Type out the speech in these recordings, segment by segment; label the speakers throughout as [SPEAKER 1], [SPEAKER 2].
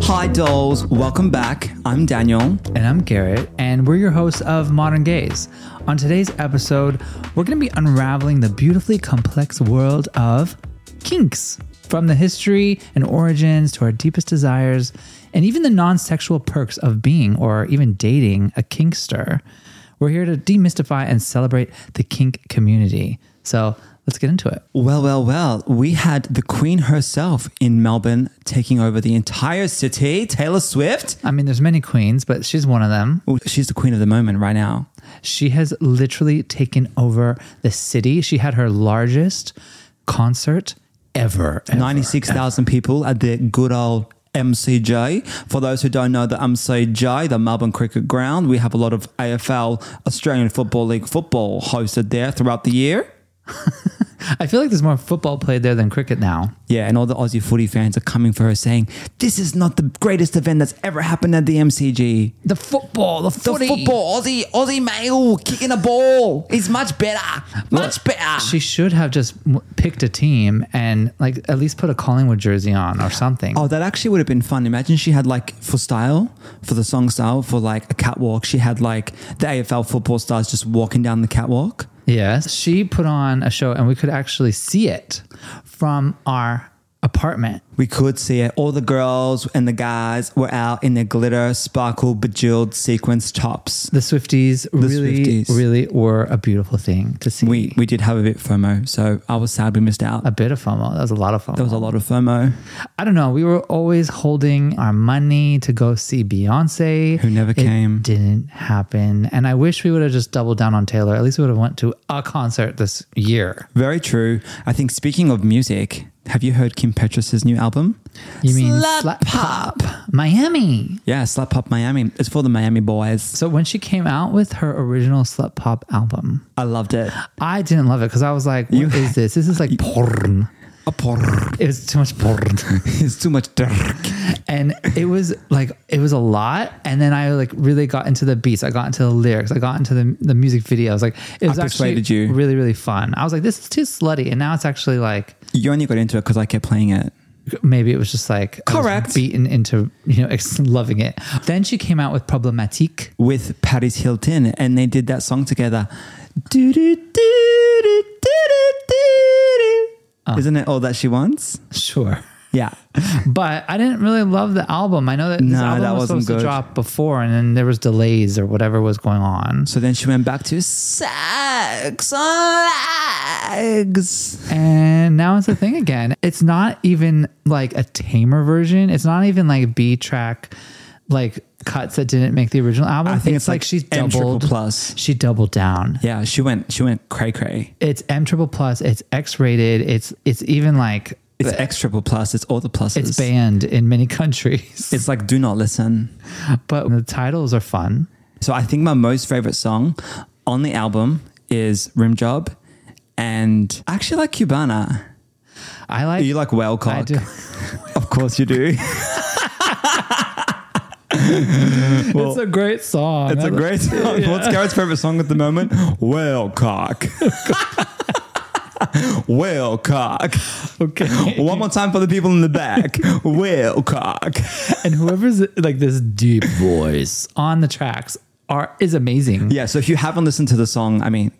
[SPEAKER 1] Hi, dolls. Welcome back. I'm Daniel.
[SPEAKER 2] And I'm Garrett, and we're your hosts of Modern Gaze. On today's episode, we're going to be unraveling the beautifully complex world of kinks. From the history and origins to our deepest desires, and even the non sexual perks of being or even dating a kinkster, we're here to demystify and celebrate the kink community. So let's get into it.
[SPEAKER 1] Well, well, well, we had the queen herself in Melbourne taking over the entire city, Taylor Swift.
[SPEAKER 2] I mean, there's many queens, but she's one of them.
[SPEAKER 1] Well, She's the queen of the moment right now.
[SPEAKER 2] She has literally taken over the city. She had her largest concert ever. ever.
[SPEAKER 1] 96,000 people at the good old MCJ. For those who don't know the MCJ, the Melbourne Cricket Ground, we have a lot of AFL, Australian Football League football hosted there throughout the year.
[SPEAKER 2] I feel like there's more football played there than cricket now.
[SPEAKER 1] Yeah, and all the Aussie footy fans are coming for her saying, This is not the greatest event that's ever happened at the MCG.
[SPEAKER 2] The football, the
[SPEAKER 1] The
[SPEAKER 2] footy.
[SPEAKER 1] football, Aussie, Aussie male kicking a ball is much better. Much better.
[SPEAKER 2] She should have just w- picked a team and like at least put a Collingwood jersey on or something.
[SPEAKER 1] Oh, that actually would have been fun. Imagine she had like for style, for the song style, for like a catwalk, she had like the AFL football stars just walking down the catwalk.
[SPEAKER 2] Yes, she put on a show and we could actually see it from our apartment.
[SPEAKER 1] We could see it. All the girls and the guys were out in their glitter, sparkle, bejeweled sequence tops.
[SPEAKER 2] The Swifties really,
[SPEAKER 1] Swifties.
[SPEAKER 2] really were a beautiful thing to see.
[SPEAKER 1] We we did have a bit FOMO, so I was sad we missed out.
[SPEAKER 2] a bit of FOMO. That was a lot of FOMO.
[SPEAKER 1] There was a lot of FOMO.
[SPEAKER 2] I don't know. We were always holding our money to go see Beyonce,
[SPEAKER 1] Who never
[SPEAKER 2] It
[SPEAKER 1] came.
[SPEAKER 2] Didn't happen, and I wish we would have just doubled down on Taylor. At least we would have went to a concert this year.
[SPEAKER 1] Very true. I think speaking of music, have you heard Kim Petras's new album?
[SPEAKER 2] You mean
[SPEAKER 1] Slap
[SPEAKER 2] Pop Miami?
[SPEAKER 1] Yeah, Slap Up Miami. It's for the Miami boys.
[SPEAKER 2] So when she came out with her original Slut Pop album,
[SPEAKER 1] I loved it.
[SPEAKER 2] I didn't love it because I was like, "What is this? This is like porn.
[SPEAKER 1] A porr.
[SPEAKER 2] It was too much porn."
[SPEAKER 1] It's too much dark.
[SPEAKER 2] and it was like it was a lot and then i like really got into the beats i got into the lyrics i got into the, the music video i was like it was actually
[SPEAKER 1] persuaded you.
[SPEAKER 2] really really fun i was like this is too slutty and now it's actually like
[SPEAKER 1] You only got into it because I kept playing it.
[SPEAKER 2] maybe it was just like I was
[SPEAKER 1] Correct.
[SPEAKER 2] beaten into you know ex- loving it then she came out with problematique
[SPEAKER 1] with Paris Hilton, and they did that song together. Do do do do do do do. Isn't it all that she wants?
[SPEAKER 2] sure
[SPEAKER 1] Yeah,
[SPEAKER 2] but i didn't really love the album i know that this
[SPEAKER 1] No,
[SPEAKER 2] album
[SPEAKER 1] that
[SPEAKER 2] was
[SPEAKER 1] wasn't good.
[SPEAKER 2] supposed to drop before and then there was delays or whatever was going on
[SPEAKER 1] So then she went back to sex on legs.
[SPEAKER 2] And now it's a thing again. It's not even like a tamer version. It's not even like B track, like cuts that didn't make the original album.
[SPEAKER 1] I think it's
[SPEAKER 2] like,
[SPEAKER 1] like
[SPEAKER 2] she's
[SPEAKER 1] M triple
[SPEAKER 2] doubled.
[SPEAKER 1] plus.
[SPEAKER 2] She doubled down.
[SPEAKER 1] Yeah, she went. She went cray cray.
[SPEAKER 2] It's M triple plus. It's X rated. It's it's even like
[SPEAKER 1] It's X triple plus. It's all the pluses.
[SPEAKER 2] it's banned in many countries.
[SPEAKER 1] It's like do not listen.
[SPEAKER 2] But the titles are fun.
[SPEAKER 1] So I think my most favorite song on the album is Rim Job, and I actually like Cubana.
[SPEAKER 2] I like.
[SPEAKER 1] You like whale cock?
[SPEAKER 2] I do.
[SPEAKER 1] Of course you do.
[SPEAKER 2] it's a great song.
[SPEAKER 1] It's a great song. What's Garrett's favorite song at the moment? Whale cock. Whale cock.
[SPEAKER 2] Okay.
[SPEAKER 1] One more time for the people in the back. Whale cock.
[SPEAKER 2] and whoever's like this deep voice on the tracks are is amazing.
[SPEAKER 1] Yeah, so if you haven't listened to the song, I mean,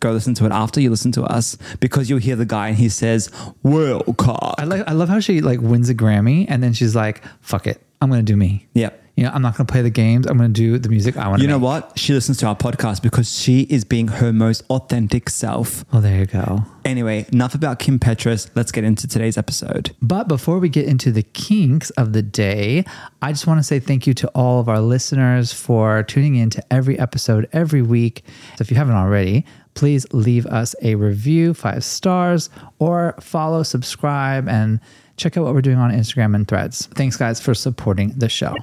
[SPEAKER 1] go listen to it after you listen to us because you'll hear the guy and he says, Whale cock.
[SPEAKER 2] I like I love how she like wins a Grammy and then she's like, "Fuck it, I'm gonna do me."
[SPEAKER 1] Yep.
[SPEAKER 2] You know, I'm not gonna play the games. I'm gonna do the music I want.
[SPEAKER 1] You know what? She listens to our podcast because she is being her most authentic self.
[SPEAKER 2] Oh, there you go.
[SPEAKER 1] Anyway, enough about Kim Petras. Let's get into today's episode.
[SPEAKER 2] But before we get into the kinks of the day, I just want to say thank you to all of our listeners for tuning in to every episode every week. So if you haven't already, please leave us a review, five stars, or follow, subscribe, and check out what we're doing on Instagram and threads. Thanks, guys, for supporting the show.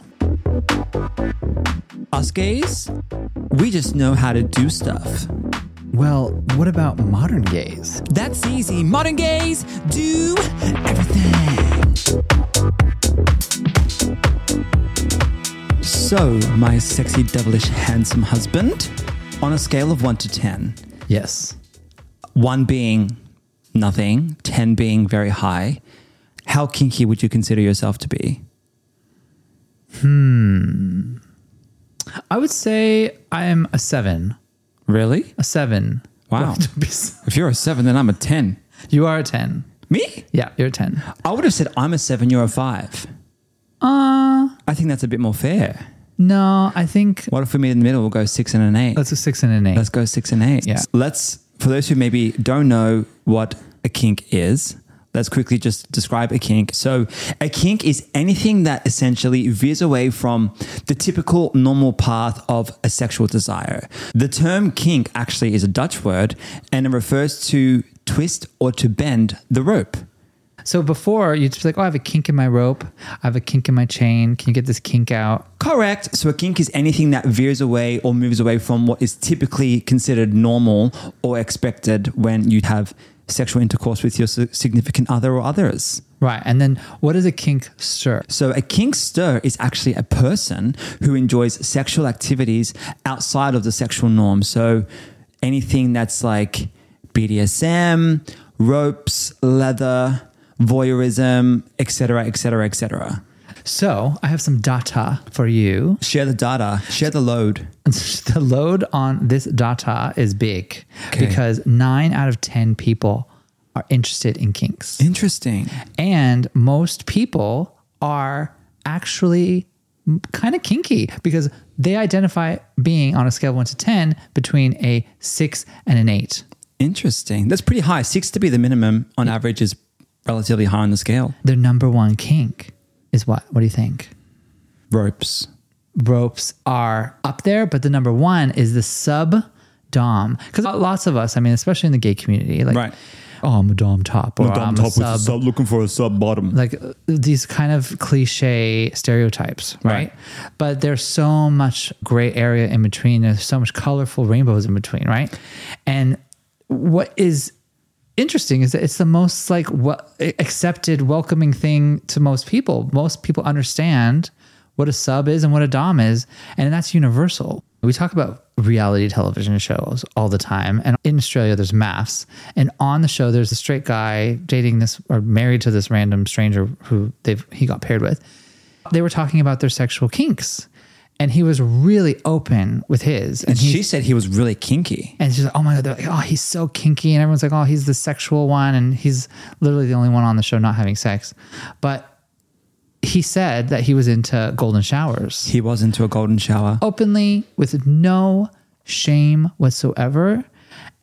[SPEAKER 1] Us gays, we just know how to do stuff.
[SPEAKER 2] Well, what about modern gays?
[SPEAKER 1] That's easy. Modern gays do everything. So, my sexy, devilish, handsome husband, on a scale of 1 to 10,
[SPEAKER 2] Yes.
[SPEAKER 1] 1 being nothing, 10 being very high, how kinky would you consider yourself to be?
[SPEAKER 2] I would say I am a seven.
[SPEAKER 1] Really?
[SPEAKER 2] A seven.
[SPEAKER 1] Wow. If you're a seven, then I'm a 10.
[SPEAKER 2] you are a 10.
[SPEAKER 1] Me?
[SPEAKER 2] Yeah, you're a 10.
[SPEAKER 1] I would have said I'm a seven, you're a five.
[SPEAKER 2] Uh,
[SPEAKER 1] I think that's a bit more fair.
[SPEAKER 2] no, I think
[SPEAKER 1] What if we meet in the middle? We'll go six and an eight.
[SPEAKER 2] that's a six and an eight.
[SPEAKER 1] Let's go six and eight.
[SPEAKER 2] Yeah.
[SPEAKER 1] Let's, for those who maybe don't know what a kink is, let's quickly just describe a kink. So, a kink is anything that essentially veers away from the typical normal path of a sexual desire. The term kink actually is a Dutch word and it refers to twist or to bend the rope.
[SPEAKER 2] So before you'd just be like, oh, I have a kink in my rope. I have a kink in my chain. Can you get this kink out?
[SPEAKER 1] Correct. So a kink is anything that veers away or moves away from what is typically considered normal or expected when you have sexual intercourse with your si- significant other or others.
[SPEAKER 2] Right. And then what does a kink stir?
[SPEAKER 1] So a kinkster is actually a person who enjoys sexual activities outside of the sexual norm. So anything that's like BDSM, ropes, leather, voyeurism, etc., etc., etc.
[SPEAKER 2] So I have some data for you.
[SPEAKER 1] Share the data, share the load.
[SPEAKER 2] the load on this data is big
[SPEAKER 1] Okay.
[SPEAKER 2] because nine out of 10 people are interested in kinks.
[SPEAKER 1] Interesting.
[SPEAKER 2] And most people are actually kind of kinky because they identify being on a scale of one to 10 between a six and an eight.
[SPEAKER 1] Interesting. That's pretty high. Six to be the minimum on average is relatively high on the scale.
[SPEAKER 2] Their number one kink is what? What do you think?
[SPEAKER 1] Ropes.
[SPEAKER 2] ropes are up there, but the number one is the sub dom. Because lots of us, I mean, especially in the gay community, like,
[SPEAKER 1] Right.
[SPEAKER 2] oh, I'm a dom top or I'm, a sub.
[SPEAKER 1] looking for a sub bottom.
[SPEAKER 2] Like uh, these kind of cliche stereotypes, right?
[SPEAKER 1] Right.
[SPEAKER 2] But there's so much gray area in between. There's so much colorful rainbows in between, right? And what is interesting is that it's the most like what accepted, welcoming thing to most people. Most people understand what a sub is and what a dom is, and that's universal. We talk about reality television shows all the time, and in Australia there's maths, and on the show there's a straight guy dating this or married to this random stranger who they've he got paired with. They were talking about their sexual kinks, and he was really open with his, and
[SPEAKER 1] And
[SPEAKER 2] he
[SPEAKER 1] she said he was really kinky.
[SPEAKER 2] and she's like, oh my God, they're like, oh, he's so kinky. And everyone's like, oh, he's the sexual one. And he's literally the only one on the show not having sex. But he said that he was into golden showers
[SPEAKER 1] He was into a golden shower.
[SPEAKER 2] openly with no shame whatsoever.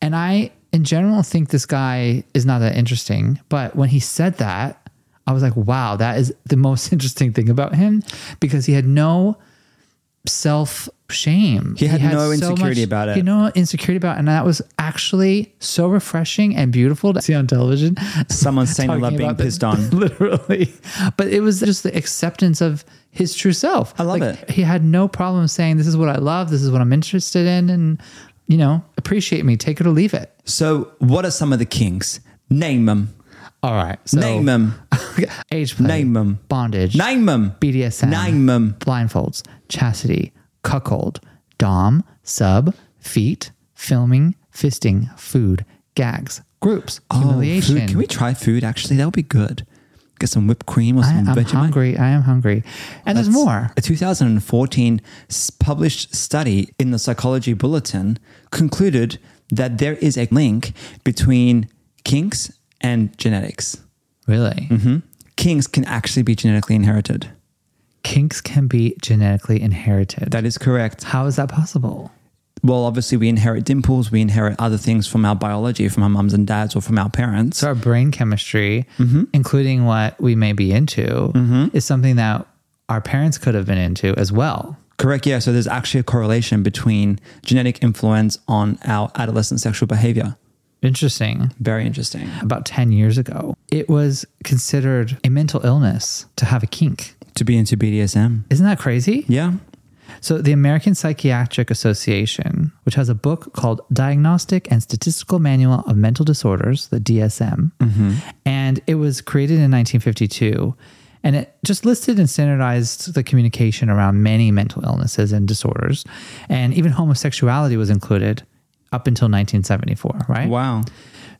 [SPEAKER 2] And I, in general, think this guy is not that interesting. But when he said that, I was like, wow, that is the most interesting thing about him because he had no self shame.
[SPEAKER 1] He had no insecurity about it.
[SPEAKER 2] He had no insecurity about it. And that was actually so refreshing and beautiful to see on television.
[SPEAKER 1] Someone saying they
[SPEAKER 2] Talking
[SPEAKER 1] love being
[SPEAKER 2] about the-
[SPEAKER 1] pissed on.
[SPEAKER 2] literally. But it was just the acceptance of his true self. I
[SPEAKER 1] love
[SPEAKER 2] it. He had no problem saying, "This is what I love. This is what I'm interested in," and you know, appreciate me, take it or leave it.
[SPEAKER 1] So, what are some of the kinks? Name them.
[SPEAKER 2] All right. So,
[SPEAKER 1] Name them.
[SPEAKER 2] Age play.
[SPEAKER 1] Name 'em.
[SPEAKER 2] Bondage.
[SPEAKER 1] Name them.
[SPEAKER 2] BDSM.
[SPEAKER 1] Name 'em.
[SPEAKER 2] Blindfolds. Chastity. Cuckold. Dom. Sub. Feet. Filming. Fisting. Food. Gags. Groups. humiliation.
[SPEAKER 1] Oh, Food. Can we try food? Actually, that would be good. Get some whipped cream or
[SPEAKER 2] I,
[SPEAKER 1] some
[SPEAKER 2] I'm
[SPEAKER 1] Vegemite.
[SPEAKER 2] hungry. I am hungry. And there's more.
[SPEAKER 1] A 2014 s- published study in the Psychology Bulletin concluded that there is a link between kinks and genetics. Mm-hmm.
[SPEAKER 2] Really?
[SPEAKER 1] Kinks can actually be genetically inherited.
[SPEAKER 2] Kinks can be genetically inherited.
[SPEAKER 1] That is correct.
[SPEAKER 2] How is that possible?
[SPEAKER 1] Well, obviously, we inherit dimples, we inherit other things from our biology, from our mums and dads, or from our parents.
[SPEAKER 2] So our brain chemistry, including what we may be into, is something that our parents could have been into as well.
[SPEAKER 1] Correct, yeah. So there's actually a correlation between genetic influence on our adolescent sexual behavior.
[SPEAKER 2] Interesting.
[SPEAKER 1] Very interesting.
[SPEAKER 2] About 10 years ago, it was considered a mental illness to have a kink.
[SPEAKER 1] To be into BDSM.
[SPEAKER 2] Isn't that crazy?
[SPEAKER 1] Yeah.
[SPEAKER 2] So, the American Psychiatric Association, which has a book called Diagnostic and Statistical Manual of Mental Disorders, the DSM, and it was created in 1952. And it just listed and standardized the communication around many mental illnesses and disorders. And even homosexuality was included up until 1974, right?
[SPEAKER 1] Wow.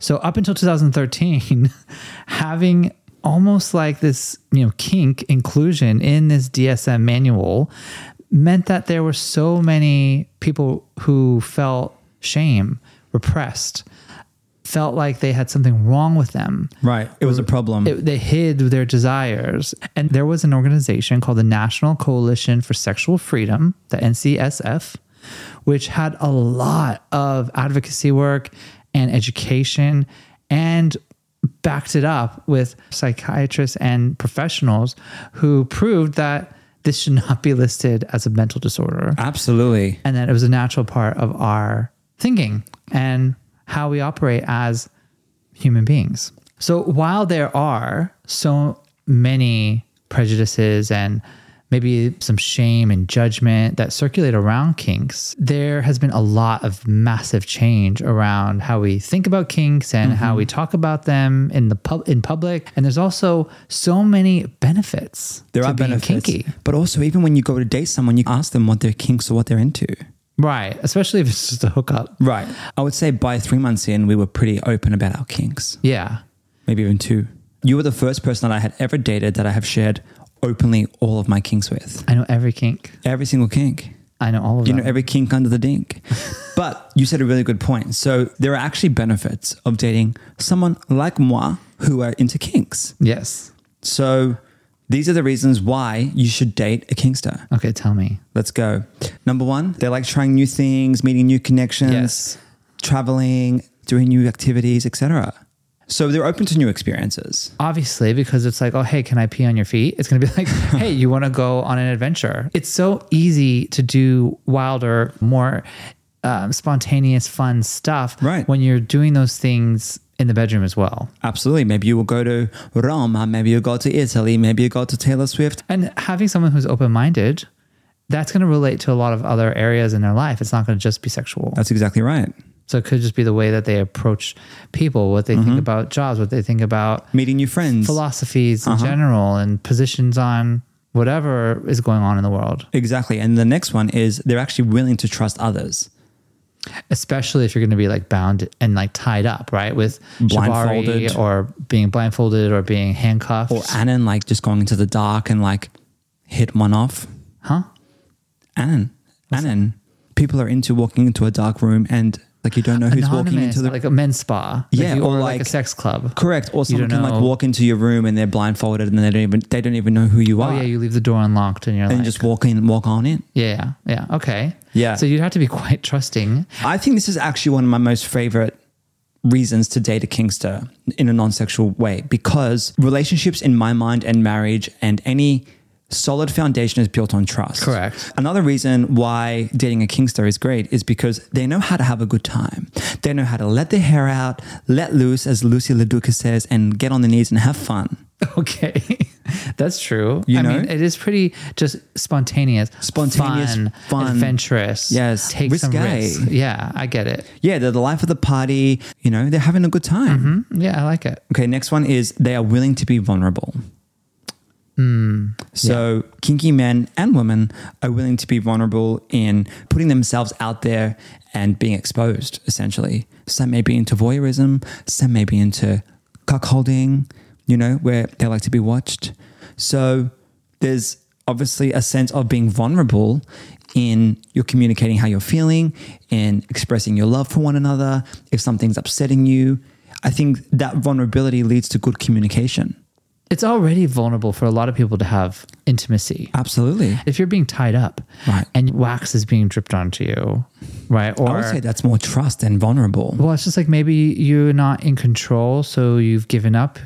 [SPEAKER 2] So up until 2013, having almost like this, you know, kink inclusion in this DSM manual meant that there were so many people who felt shame, repressed, felt like they had something wrong with them
[SPEAKER 1] Right. It was a problem.
[SPEAKER 2] it- they hid their desires. And there was an organization called the National Coalition for Sexual Freedom, the NCSF, which had a lot of advocacy work and education and backed it up with psychiatrists and professionals who proved that this should not be listed as a mental disorder
[SPEAKER 1] Absolutely.
[SPEAKER 2] and that it was a natural part of our thinking and how we operate as human beings. So while there are so many prejudices and maybe some shame and judgment that circulate around kinks, there has been a lot of massive change around how we think about kinks and how
[SPEAKER 1] Mm-hmm.
[SPEAKER 2] we talk about them in the pub in public. And there's also so many benefits
[SPEAKER 1] There
[SPEAKER 2] to
[SPEAKER 1] are
[SPEAKER 2] being
[SPEAKER 1] benefits.
[SPEAKER 2] kinky.
[SPEAKER 1] But also, even when you go to date someone, you ask them what their kinks or what they're into.
[SPEAKER 2] Right. Especially if it's just a hookup.
[SPEAKER 1] Right. I would say by three months in, we were pretty open about our kinks,
[SPEAKER 2] Yeah.
[SPEAKER 1] maybe even two. You were the first person that I had ever dated that I have shared openly all of my kinks with.
[SPEAKER 2] I know every kink.
[SPEAKER 1] Every single kink.
[SPEAKER 2] I know all of
[SPEAKER 1] You
[SPEAKER 2] them.
[SPEAKER 1] know, every kink under the dink. but you said a really good point. So there are actually benefits of dating someone like moi who are into kinks.
[SPEAKER 2] yes.
[SPEAKER 1] So these are the reasons why you should date a kinkster.
[SPEAKER 2] Okay, tell me.
[SPEAKER 1] Let's go. Number one, they like trying new things, meeting new connections,
[SPEAKER 2] Yes.
[SPEAKER 1] traveling, doing new activities, etc. So they're open to new experiences.
[SPEAKER 2] Obviously, because it's like, oh, hey, can I pee on your feet? It's going to be like, hey, you want to go on an adventure? It's so easy to do wilder, more um, spontaneous, fun stuff
[SPEAKER 1] Right.
[SPEAKER 2] when you're doing those things in the bedroom as well.
[SPEAKER 1] Absolutely. Maybe you will go to Roma, maybe you'll go to Italy, maybe you go to Taylor Swift.
[SPEAKER 2] And having someone who's open minded, that's going to relate to a lot of other areas in their life. It's not going to just be sexual.
[SPEAKER 1] That's exactly right.
[SPEAKER 2] So it could just be the way that they approach people, what they
[SPEAKER 1] Mm-hmm.
[SPEAKER 2] think about jobs, what they think about
[SPEAKER 1] Meeting new friends.
[SPEAKER 2] philosophies
[SPEAKER 1] Uh-huh.
[SPEAKER 2] in general and positions on whatever is going on in the world,
[SPEAKER 1] exactly. And the next one is they're actually willing to trust others.
[SPEAKER 2] especially if you're going to be like bound and like tied up, right? With shibari
[SPEAKER 1] Blindfolded.
[SPEAKER 2] or being blindfolded or being handcuffed.
[SPEAKER 1] Or Annan, like just going into the dark and like hit one off.
[SPEAKER 2] huh?
[SPEAKER 1] Annan, Annan. People are into walking into a dark room and like you don't know who's walking
[SPEAKER 2] Anonymous,
[SPEAKER 1] into the
[SPEAKER 2] like a men's spa, like
[SPEAKER 1] Yeah,
[SPEAKER 2] you-
[SPEAKER 1] or
[SPEAKER 2] or, like, a
[SPEAKER 1] like-
[SPEAKER 2] sex club.
[SPEAKER 1] Correct. Or someone
[SPEAKER 2] don't
[SPEAKER 1] can
[SPEAKER 2] know.
[SPEAKER 1] like walk into your room and they're blindfolded and they don't even they don't even know who you
[SPEAKER 2] Oh
[SPEAKER 1] are.
[SPEAKER 2] yeah, you leave the door unlocked and you're
[SPEAKER 1] and
[SPEAKER 2] like,
[SPEAKER 1] just walk in, walk on in.
[SPEAKER 2] yeah, yeah, yeah, okay,
[SPEAKER 1] Yeah.
[SPEAKER 2] So you'd have to be quite trusting.
[SPEAKER 1] I think this is actually one of my most favorite reasons to date a kingster in a non-sexual way because relationships in my mind and marriage and any solid foundation is built on trust.
[SPEAKER 2] Correct.
[SPEAKER 1] Another reason why dating a kingster is great is because they know how to have a good time. They know how to let their hair out, let loose as Lucy LaDuca says and get on their knees and have fun.
[SPEAKER 2] Okay. That's true.
[SPEAKER 1] You
[SPEAKER 2] I
[SPEAKER 1] know?
[SPEAKER 2] mean, it is pretty just spontaneous,
[SPEAKER 1] Spontaneous,
[SPEAKER 2] fun,
[SPEAKER 1] fun.
[SPEAKER 2] adventurous.
[SPEAKER 1] Yes,
[SPEAKER 2] take some
[SPEAKER 1] risque.
[SPEAKER 2] risks. Yeah, I get it.
[SPEAKER 1] Yeah, they're the life of the party. You know, they're having a good time.
[SPEAKER 2] Hmm? Yeah, I like it.
[SPEAKER 1] Okay, next one is they are willing to be vulnerable. so, kinky men and women are willing to be vulnerable in putting themselves out there and being exposed, essentially. Some may be into voyeurism, some may be into cuckolding, you know, where they like to be watched. So, there's obviously a sense of being vulnerable in you're communicating how you're feeling in expressing your love for one another if something's upsetting you i think that vulnerability leads to good communication
[SPEAKER 2] It's already vulnerable for a lot of people to have intimacy.
[SPEAKER 1] absolutely
[SPEAKER 2] If you're being tied up
[SPEAKER 1] Right.
[SPEAKER 2] and wax is being dripped onto you, right? Or
[SPEAKER 1] i would say that's more trust and vulnerable
[SPEAKER 2] Well, it's just like maybe you're not in control, so you've given up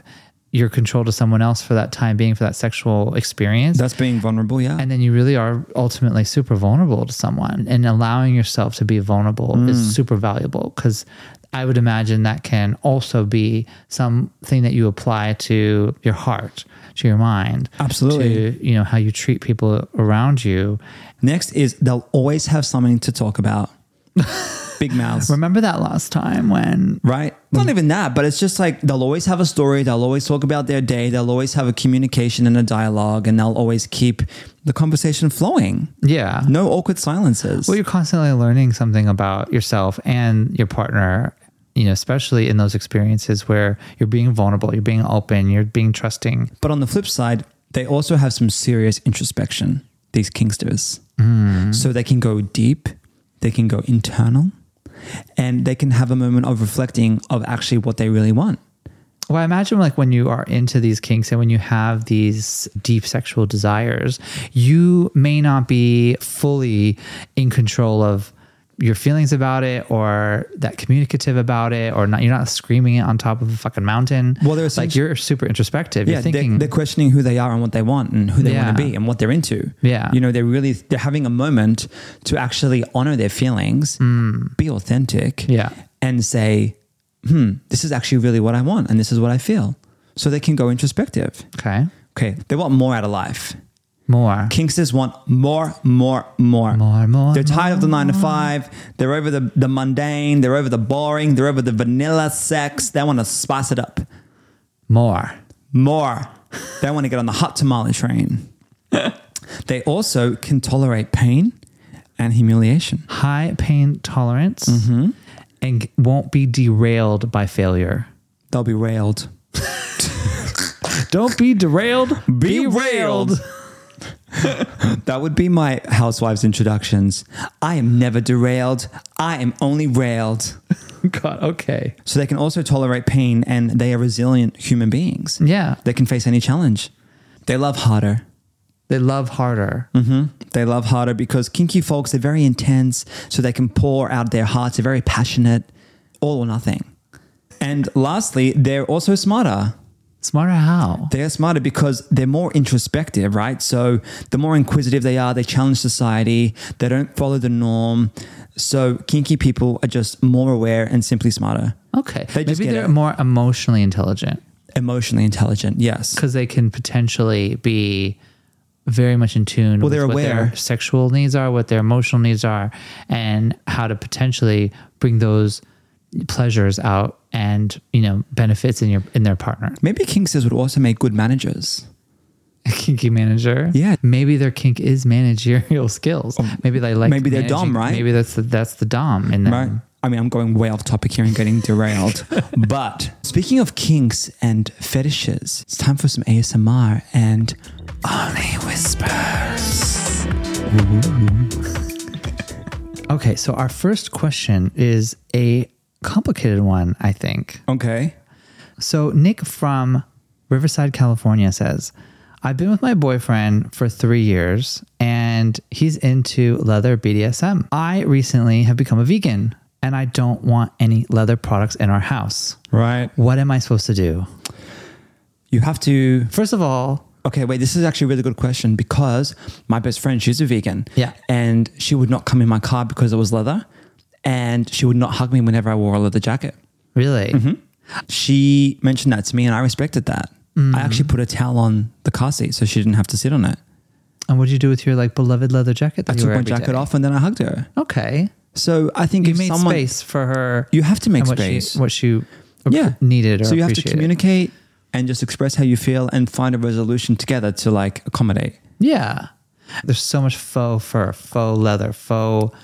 [SPEAKER 2] your control to someone else for that time being for that sexual experience.
[SPEAKER 1] that's being vulnerable yeah
[SPEAKER 2] and then you really are ultimately super vulnerable to someone and allowing yourself to be vulnerable is super valuable because i would imagine that can also be something that you apply to your heart to your mind
[SPEAKER 1] Absolutely.
[SPEAKER 2] to you know how you treat people around you
[SPEAKER 1] next is they'll always have something to talk about big mouths
[SPEAKER 2] remember that last time when
[SPEAKER 1] right? Not even that, but it's just like they'll always have a story. They'll always talk about their day. They'll always have a communication and a dialogue, and they'll always keep the conversation flowing.
[SPEAKER 2] yeah
[SPEAKER 1] No awkward silences.
[SPEAKER 2] well you're constantly learning something about yourself and your partner you know, especially in those experiences where you're being vulnerable, you're being open, you're being trusting.
[SPEAKER 1] But on the flip side, they also have some serious introspection, these Kingsters.
[SPEAKER 2] Hmm.
[SPEAKER 1] So they can go deep, they can go internal, and they can have a moment of reflecting of actually what they really want.
[SPEAKER 2] Well, I imagine like when you are into these kinks and when you have these deep sexual desires, you may not be fully in control of your feelings about it or that communicative about it or not you're not screaming it on top of a fucking mountain.
[SPEAKER 1] Well, there's
[SPEAKER 2] like
[SPEAKER 1] some-
[SPEAKER 2] you're super introspective.
[SPEAKER 1] Yeah,
[SPEAKER 2] you're
[SPEAKER 1] they're,
[SPEAKER 2] thinking
[SPEAKER 1] they're questioning who they are and what they want and who they want to
[SPEAKER 2] Yeah.
[SPEAKER 1] be and what they're into.
[SPEAKER 2] Yeah.
[SPEAKER 1] you know, they're really they're having a moment to actually honor their feelings, be authentic,
[SPEAKER 2] Hmm. Yeah.
[SPEAKER 1] and say, "Hmm, this is actually really what I want, and this is what I feel." So they can go introspective.
[SPEAKER 2] Okay.
[SPEAKER 1] Okay, they want more out of life.
[SPEAKER 2] More.
[SPEAKER 1] Kingsters want more, more, more.
[SPEAKER 2] More, more,
[SPEAKER 1] They're tired of the nine to five. They're over the, the mundane. They're over the boring. They're over the vanilla sex. They want to spice it up
[SPEAKER 2] More.
[SPEAKER 1] more. They want to get on the hot tamale train. they also can tolerate pain and humiliation.
[SPEAKER 2] High pain tolerance
[SPEAKER 1] Mm-hmm.
[SPEAKER 2] and won't be derailed by failure.
[SPEAKER 1] They'll be railed.
[SPEAKER 2] Don't be derailed.
[SPEAKER 1] Be railed. That would be my housewives introductions. I am never derailed. I am only railed.
[SPEAKER 2] God, okay.
[SPEAKER 1] So they can also tolerate pain and they are resilient human beings.
[SPEAKER 2] Yeah.
[SPEAKER 1] They can face any challenge. They love harder.
[SPEAKER 2] They love harder.
[SPEAKER 1] hmm They love harder because kinky folks are very intense, so they can pour out their hearts. They're very passionate, all or nothing. And lastly, they're also smarter.
[SPEAKER 2] Smarter how?
[SPEAKER 1] They are smarter because they're more introspective, right? So the more inquisitive they are, they challenge society. They don't follow the norm. So kinky people are just more aware and simply smarter,
[SPEAKER 2] Okay.
[SPEAKER 1] They just
[SPEAKER 2] Maybe
[SPEAKER 1] get
[SPEAKER 2] they're
[SPEAKER 1] it.
[SPEAKER 2] more emotionally intelligent
[SPEAKER 1] emotionally intelligent. Yes.
[SPEAKER 2] because they can potentially be very much in tune well, with
[SPEAKER 1] they're
[SPEAKER 2] what their
[SPEAKER 1] aware.
[SPEAKER 2] sexual needs are, what their emotional needs are, and how to potentially bring those pleasures out and you know benefits in your in their partner.
[SPEAKER 1] Maybe kinksters would also make good managers.
[SPEAKER 2] A kinky manager.
[SPEAKER 1] Yeah. Um,
[SPEAKER 2] Maybe their kink is managerial skills. Maybe they like
[SPEAKER 1] maybe they're dom,
[SPEAKER 2] managing-
[SPEAKER 1] right?
[SPEAKER 2] Maybe that's the, that's the dom in them.
[SPEAKER 1] Right. I mean, I'm going way off topic here and getting derailed. but speaking of kinks and fetishes, it's time for some ASMR and only whispers.
[SPEAKER 2] Okay, so our first question is a complicated one, I think.
[SPEAKER 1] Okay.
[SPEAKER 2] So, Nick from Riverside, California says, I've been with my boyfriend for three years and he's into leather BDSM. I recently have become a vegan and I don't want any leather products in our house.
[SPEAKER 1] Right.
[SPEAKER 2] What am I supposed to do?
[SPEAKER 1] You have to.
[SPEAKER 2] First of all,
[SPEAKER 1] Okay, wait, this is actually a really good question because my best friend, she's a vegan.
[SPEAKER 2] Yeah.
[SPEAKER 1] And she would not come in my car because it was leather. And she would not hug me whenever I wore a leather jacket.
[SPEAKER 2] really,
[SPEAKER 1] Mm-hmm. She mentioned that to me and I respected that.
[SPEAKER 2] Mm.
[SPEAKER 1] I actually put a towel on the car seat so she didn't have to sit on it.
[SPEAKER 2] and what did you do with your like beloved leather jacket?
[SPEAKER 1] I
[SPEAKER 2] That you
[SPEAKER 1] took
[SPEAKER 2] wear
[SPEAKER 1] my
[SPEAKER 2] every
[SPEAKER 1] jacket
[SPEAKER 2] day?
[SPEAKER 1] off and then I hugged her.
[SPEAKER 2] Okay,
[SPEAKER 1] So I think
[SPEAKER 2] you
[SPEAKER 1] if
[SPEAKER 2] made
[SPEAKER 1] someone,
[SPEAKER 2] space for her.
[SPEAKER 1] you have to make
[SPEAKER 2] and what
[SPEAKER 1] space.
[SPEAKER 2] She, what she
[SPEAKER 1] yeah,
[SPEAKER 2] needed. Or
[SPEAKER 1] so you have to
[SPEAKER 2] appreciated.
[SPEAKER 1] communicate and just express how you feel and find a resolution together to like accommodate.
[SPEAKER 2] Yeah. There's so much faux fur, faux leather, faux.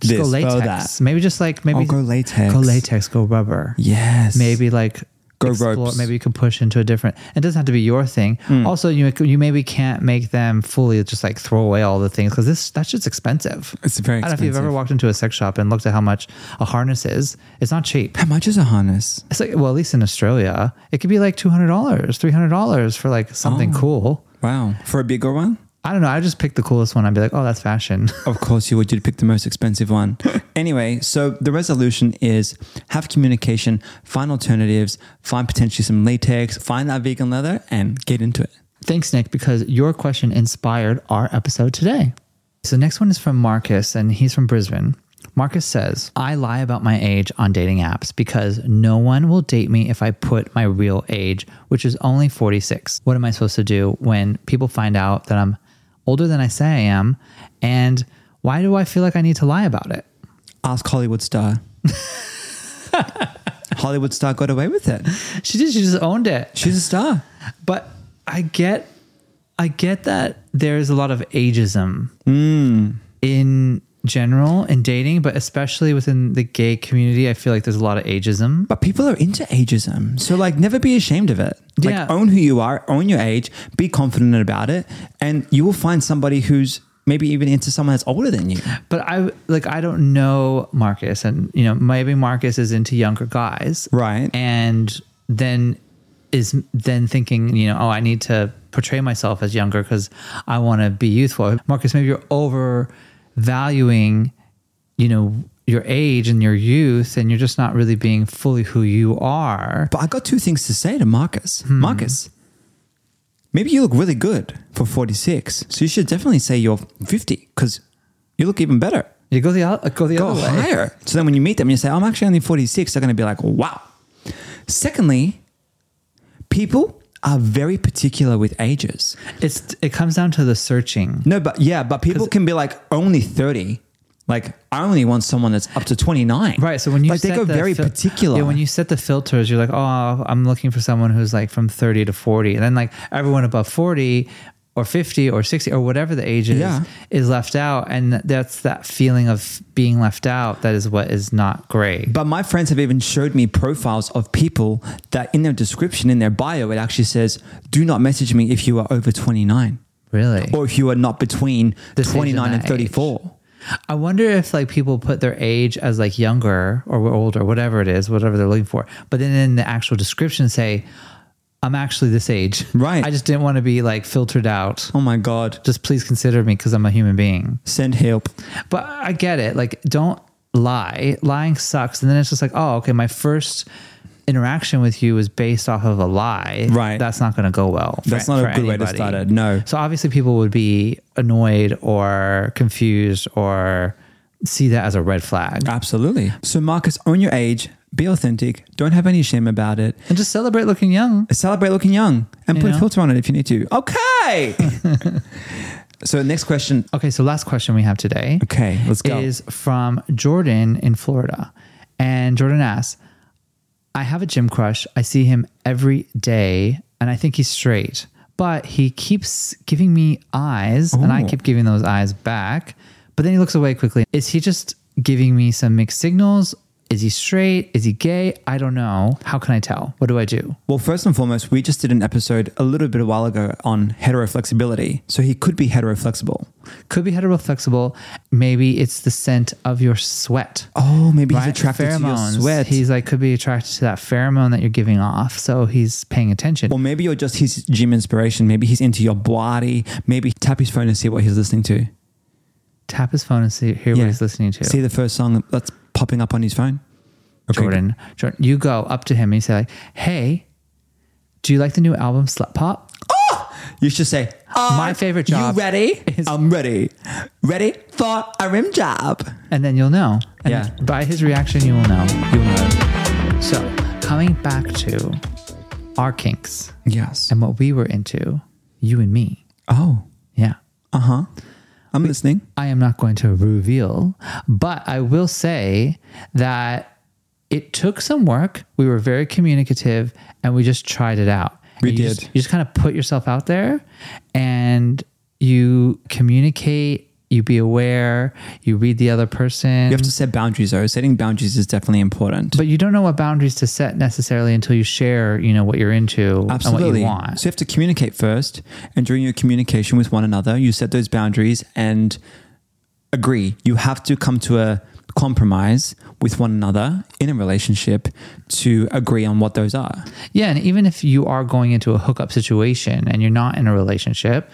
[SPEAKER 2] Just
[SPEAKER 1] This,
[SPEAKER 2] go
[SPEAKER 1] faux
[SPEAKER 2] latex.
[SPEAKER 1] that.
[SPEAKER 2] Maybe just like maybe
[SPEAKER 1] Oh, go latex.
[SPEAKER 2] Go latex. Go rubber.
[SPEAKER 1] Yes,
[SPEAKER 2] Maybe like
[SPEAKER 1] Go ropes. Hmm.
[SPEAKER 2] Maybe you can push into a different. It doesn't have to be your thing. Also, you you maybe can't make them fully just like throw away all the things because this that shit's expensive.
[SPEAKER 1] It's very
[SPEAKER 2] I don't know if you've ever
[SPEAKER 1] expensive.
[SPEAKER 2] walked into a sex shop and looked at how much a harness is. It's not cheap.
[SPEAKER 1] How much is a harness?
[SPEAKER 2] It's like well, at least in Australia, it could be like two hundred dollars, three hundred dollars for like something cool.
[SPEAKER 1] Wow, for a bigger one.
[SPEAKER 2] I don't know. I just picked the coolest one. I'd be like, oh, that's fashion.
[SPEAKER 1] Of course, you would. You'd pick the most expensive one. anyway, so the resolution is have communication, find alternatives, find potentially some latex, find that vegan leather, and get into it.
[SPEAKER 2] Thanks, Nick, because your question inspired our episode today. So, next one is from Marcus, and he's from Brisbane. Marcus says, I lie about my age on dating apps because no one will date me if I put my real age, which is only 46. What am I supposed to do when people find out that I'm older than I say I am? And why do I feel like I need to lie about it?
[SPEAKER 1] Ask Hollywood star. Hollywood star got away with it.
[SPEAKER 2] She did, she just owned it.
[SPEAKER 1] She's a star.
[SPEAKER 2] but I get, I get that there is a lot of ageism in general in dating, but especially within the gay community, I feel like there's a lot of ageism.
[SPEAKER 1] But people are into ageism. So like never be ashamed of it. Like
[SPEAKER 2] Yeah.
[SPEAKER 1] own who you are, own your age, be confident about it, and you will find somebody who's maybe even into someone that's older than you.
[SPEAKER 2] But I like I don't know Marcus, and you know maybe Marcus is into younger guys,
[SPEAKER 1] Right.
[SPEAKER 2] And then is then thinking, you know, oh, I need to portray myself as younger because I want to be youthful. Marcus, maybe you're overvaluing, you know, your age and your youth, and you're just not really being fully who you are.
[SPEAKER 1] But I got two things to say to Marcus. Marcus, maybe you look really good for 46. So you should definitely say you're 50 because you look even better.
[SPEAKER 2] You go the o- go the
[SPEAKER 1] Go
[SPEAKER 2] other way.
[SPEAKER 1] higher. So then when you meet them, you say, I'm actually only 46. They're going to be like, wow. Secondly, people are very particular with ages.
[SPEAKER 2] It's it comes down to the searching.
[SPEAKER 1] No, but yeah, but people can be like only 30. Like, I only want someone that's up to 29.
[SPEAKER 2] Right. So when you
[SPEAKER 1] like, they
[SPEAKER 2] set
[SPEAKER 1] go
[SPEAKER 2] the
[SPEAKER 1] very
[SPEAKER 2] fil-
[SPEAKER 1] particular.
[SPEAKER 2] yeah, when you set the filters, you're like, oh, I'm looking for someone who's like from 30 to 40, and then like everyone above 40 or 50 or 60 or whatever the age is
[SPEAKER 1] Yeah.
[SPEAKER 2] is left out, and that's that feeling of being left out. That is what is not great.
[SPEAKER 1] But my friends have even showed me profiles of people that in their description, in their bio, it actually says, do not message me if you are over 29
[SPEAKER 2] Really.
[SPEAKER 1] or if you are not between
[SPEAKER 2] This age
[SPEAKER 1] 29
[SPEAKER 2] and
[SPEAKER 1] and
[SPEAKER 2] that
[SPEAKER 1] 34.
[SPEAKER 2] I wonder if like people put their age as like younger or we're older, whatever it is, whatever they're looking for. But then in the actual description say, I'm actually this age.
[SPEAKER 1] Right.
[SPEAKER 2] I just didn't want to be like filtered out.
[SPEAKER 1] Oh my God.
[SPEAKER 2] Just please consider me because I'm a human being.
[SPEAKER 1] Send help.
[SPEAKER 2] But I get it. Like, don't lie. Lying sucks. And then it's just like, oh, okay, my first interaction with you is based off of a lie.
[SPEAKER 1] Right.
[SPEAKER 2] That's not going to go well. for-
[SPEAKER 1] That's not a
[SPEAKER 2] for
[SPEAKER 1] good way to
[SPEAKER 2] anybody.
[SPEAKER 1] start it, no.
[SPEAKER 2] So obviously, people would be annoyed or confused or see that as a red flag.
[SPEAKER 1] Absolutely. So, Marcus, own your age, be authentic, don't have any shame about it.
[SPEAKER 2] And just celebrate looking young.
[SPEAKER 1] Celebrate looking young and
[SPEAKER 2] You
[SPEAKER 1] put
[SPEAKER 2] know?
[SPEAKER 1] a filter on it if you need to. Okay. so, next question.
[SPEAKER 2] Okay, so last question we have today.
[SPEAKER 1] Okay, let's go.
[SPEAKER 2] Is from Jordan in Florida. And Jordan asks, I have a gym crush. I see him every day and I think he's straight, but he keeps giving me eyes and I
[SPEAKER 1] Ooh.
[SPEAKER 2] keep giving those eyes back. But then he looks away quickly. Is he just giving me some mixed signals? Is he straight? Is he gay? I don't know. How can I tell? What do I do?
[SPEAKER 1] Well, first and foremost, we just did an episode a little bit a while ago on heteroflexibility. So he could be heteroflexible.
[SPEAKER 2] Could be heteroflexible. Maybe it's the scent of your sweat.
[SPEAKER 1] Oh, maybe
[SPEAKER 2] right?
[SPEAKER 1] he's attracted to your sweat.
[SPEAKER 2] He's like could be attracted to that pheromone that you're giving off, so he's paying attention.
[SPEAKER 1] or maybe you're just his gym inspiration. Maybe he's into your body. Maybe tap his phone and see what he's listening to.
[SPEAKER 2] Tap his phone and see hear what he's listening to.
[SPEAKER 1] See the first song that's popping up on his phone. Okay.
[SPEAKER 2] Jordan, Jordan, you go up to him and you say, like, "Hey, do you like the new album Slut Pop?"
[SPEAKER 1] You should say,
[SPEAKER 2] My
[SPEAKER 1] "Are
[SPEAKER 2] favorite job
[SPEAKER 1] You ready?
[SPEAKER 2] is-
[SPEAKER 1] I'm ready. Ready for a rim job.
[SPEAKER 2] And then you'll know. And
[SPEAKER 1] Yeah.
[SPEAKER 2] By his reaction, you will know.
[SPEAKER 1] You'll know.
[SPEAKER 2] So coming back to our kinks
[SPEAKER 1] Yes.
[SPEAKER 2] and what we were into, you and me.
[SPEAKER 1] Oh,
[SPEAKER 2] Yeah.
[SPEAKER 1] uh huh. I'm listening.
[SPEAKER 2] I am not going to reveal, but I will say that it took some work. We were very communicative and we just tried it out.
[SPEAKER 1] We
[SPEAKER 2] And you
[SPEAKER 1] did.
[SPEAKER 2] Just, you just kind of put yourself out there and you communicate, you be aware, you read the other person.
[SPEAKER 1] You have to set boundaries though. Setting boundaries is definitely important.
[SPEAKER 2] but you don't know what boundaries to set necessarily until you share, you know, what you're into and what
[SPEAKER 1] Absolutely.
[SPEAKER 2] you want.
[SPEAKER 1] So you have to communicate first, and during your communication with one another, you set those boundaries and agree. You have to come to a compromise with one another in a relationship to agree on what those are.
[SPEAKER 2] Yeah, and even if you are going into a hookup situation and you're not in a relationship,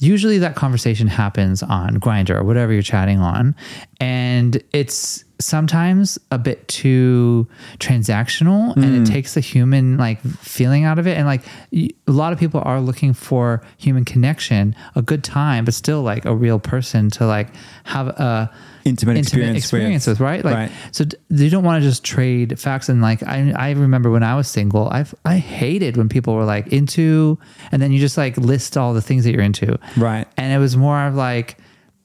[SPEAKER 2] usually that conversation happens on Grinder or whatever you're chatting on, and it's sometimes a bit too transactional and it takes the human like feeling out of it and like y- a lot of people are looking for human connection a good time but still like a real person to like have a
[SPEAKER 1] Intimate, experience.
[SPEAKER 2] experiences, right? Like,
[SPEAKER 1] Right.
[SPEAKER 2] so d- you don't want to just trade facts. And like, I, I remember when I was single, I I hated when people were like into, and then you just like list all the things that you're into,
[SPEAKER 1] Right.
[SPEAKER 2] And it was more of like,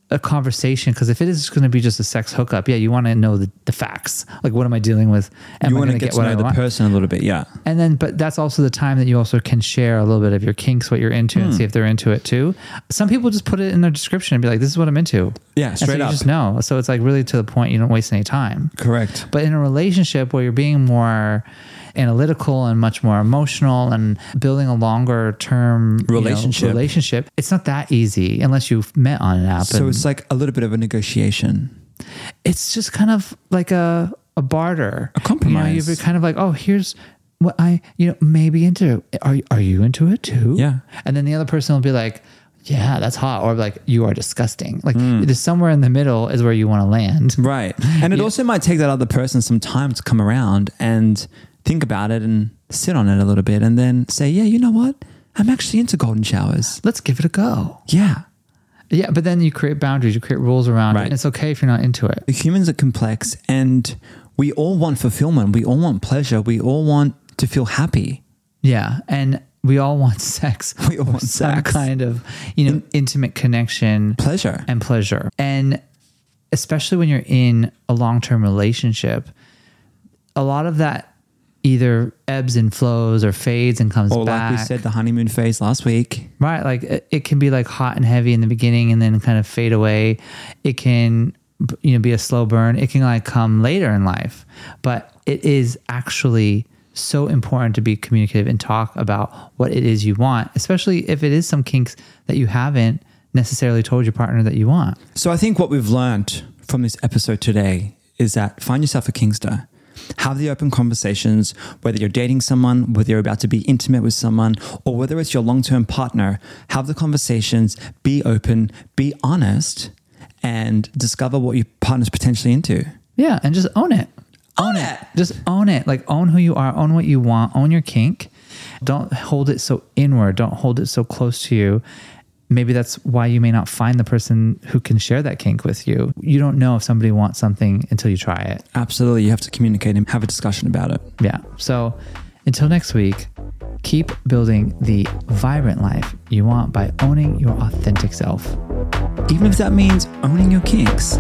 [SPEAKER 2] a conversation because if it is going to be just a sex hookup, yeah, you want to know the, the facts. Like, what am I dealing with? Am
[SPEAKER 1] you
[SPEAKER 2] I
[SPEAKER 1] want to
[SPEAKER 2] gonna
[SPEAKER 1] get, to
[SPEAKER 2] what
[SPEAKER 1] know
[SPEAKER 2] I
[SPEAKER 1] the
[SPEAKER 2] want?
[SPEAKER 1] person a little bit, yeah.
[SPEAKER 2] And then, but that's also the time that you also can share a little bit of your kinks, what you're into,
[SPEAKER 1] Hmm.
[SPEAKER 2] and see if they're into it too. Some people just put it in their description and be like, "This is what I'm into."
[SPEAKER 1] Yeah,
[SPEAKER 2] And
[SPEAKER 1] straight
[SPEAKER 2] so you
[SPEAKER 1] up.
[SPEAKER 2] just know. So it's like really to the point. You don't waste any time.
[SPEAKER 1] Correct.
[SPEAKER 2] But in a relationship where you're being more analytical and much more emotional and building a longer term you know,
[SPEAKER 1] Relationship.
[SPEAKER 2] relationship, it's not that easy unless you've met on an app.
[SPEAKER 1] So
[SPEAKER 2] and
[SPEAKER 1] it's like a little bit of a negotiation.
[SPEAKER 2] it's just kind of like a a barter, a You
[SPEAKER 1] compromise.
[SPEAKER 2] know, you're kind of like, oh, here's what I you know maybe into. Are are you into it too?
[SPEAKER 1] Yeah.
[SPEAKER 2] And then the other person will be like, yeah, that's hot, or like you are disgusting. Like
[SPEAKER 1] Mm.
[SPEAKER 2] there's somewhere in the middle is where you want to land.
[SPEAKER 1] Right. And it also might take that other person some time to come around and think about it and sit on it a little bit and then say, yeah, you know what? I'm actually into golden showers.
[SPEAKER 2] Let's give it a go.
[SPEAKER 1] Yeah.
[SPEAKER 2] Yeah, but then you create boundaries, you create rules around it.
[SPEAKER 1] Right.
[SPEAKER 2] And it's okay if you're not into it.
[SPEAKER 1] Humans are complex and we all want fulfillment. We all want pleasure. We all want to feel happy.
[SPEAKER 2] Yeah, and we all want sex.
[SPEAKER 1] We all
[SPEAKER 2] or
[SPEAKER 1] want
[SPEAKER 2] some
[SPEAKER 1] sex.
[SPEAKER 2] kind of you know intimate connection,
[SPEAKER 1] Pleasure.
[SPEAKER 2] and pleasure, and especially when you're in a long-term relationship, a lot of that either ebbs and flows or fades and comes
[SPEAKER 1] Or
[SPEAKER 2] back.
[SPEAKER 1] like we said, the honeymoon phase last week.
[SPEAKER 2] Right. Like it it can be like hot and heavy in the beginning and then kind of fade away. It can, you know, be a slow burn. It can like come later in life, but it is actually so important to be communicative and talk about what it is you want, especially if it is some kinks that you haven't necessarily told your partner that you want.
[SPEAKER 1] So I think what we've learned from this episode today is that find yourself a Kingster. Have the open conversations, whether you're dating someone, whether you're about to be intimate with someone, or whether it's your long term partner. Have the conversations, be open, be honest, and discover what your partner's potentially into.
[SPEAKER 2] Yeah. And just own it.
[SPEAKER 1] Own it.
[SPEAKER 2] Just own it. Like own who you are, own what you want, own your kink. Don't hold it so inward. Don't hold it so close to you. Maybe that's why you may not find the person who can share that kink with you. You don't know if somebody wants something until you try it.
[SPEAKER 1] Absolutely. You have to communicate and have a discussion about it.
[SPEAKER 2] Yeah. So until next week, keep building the vibrant life you want by owning your authentic self.
[SPEAKER 1] Even if that means owning your kinks.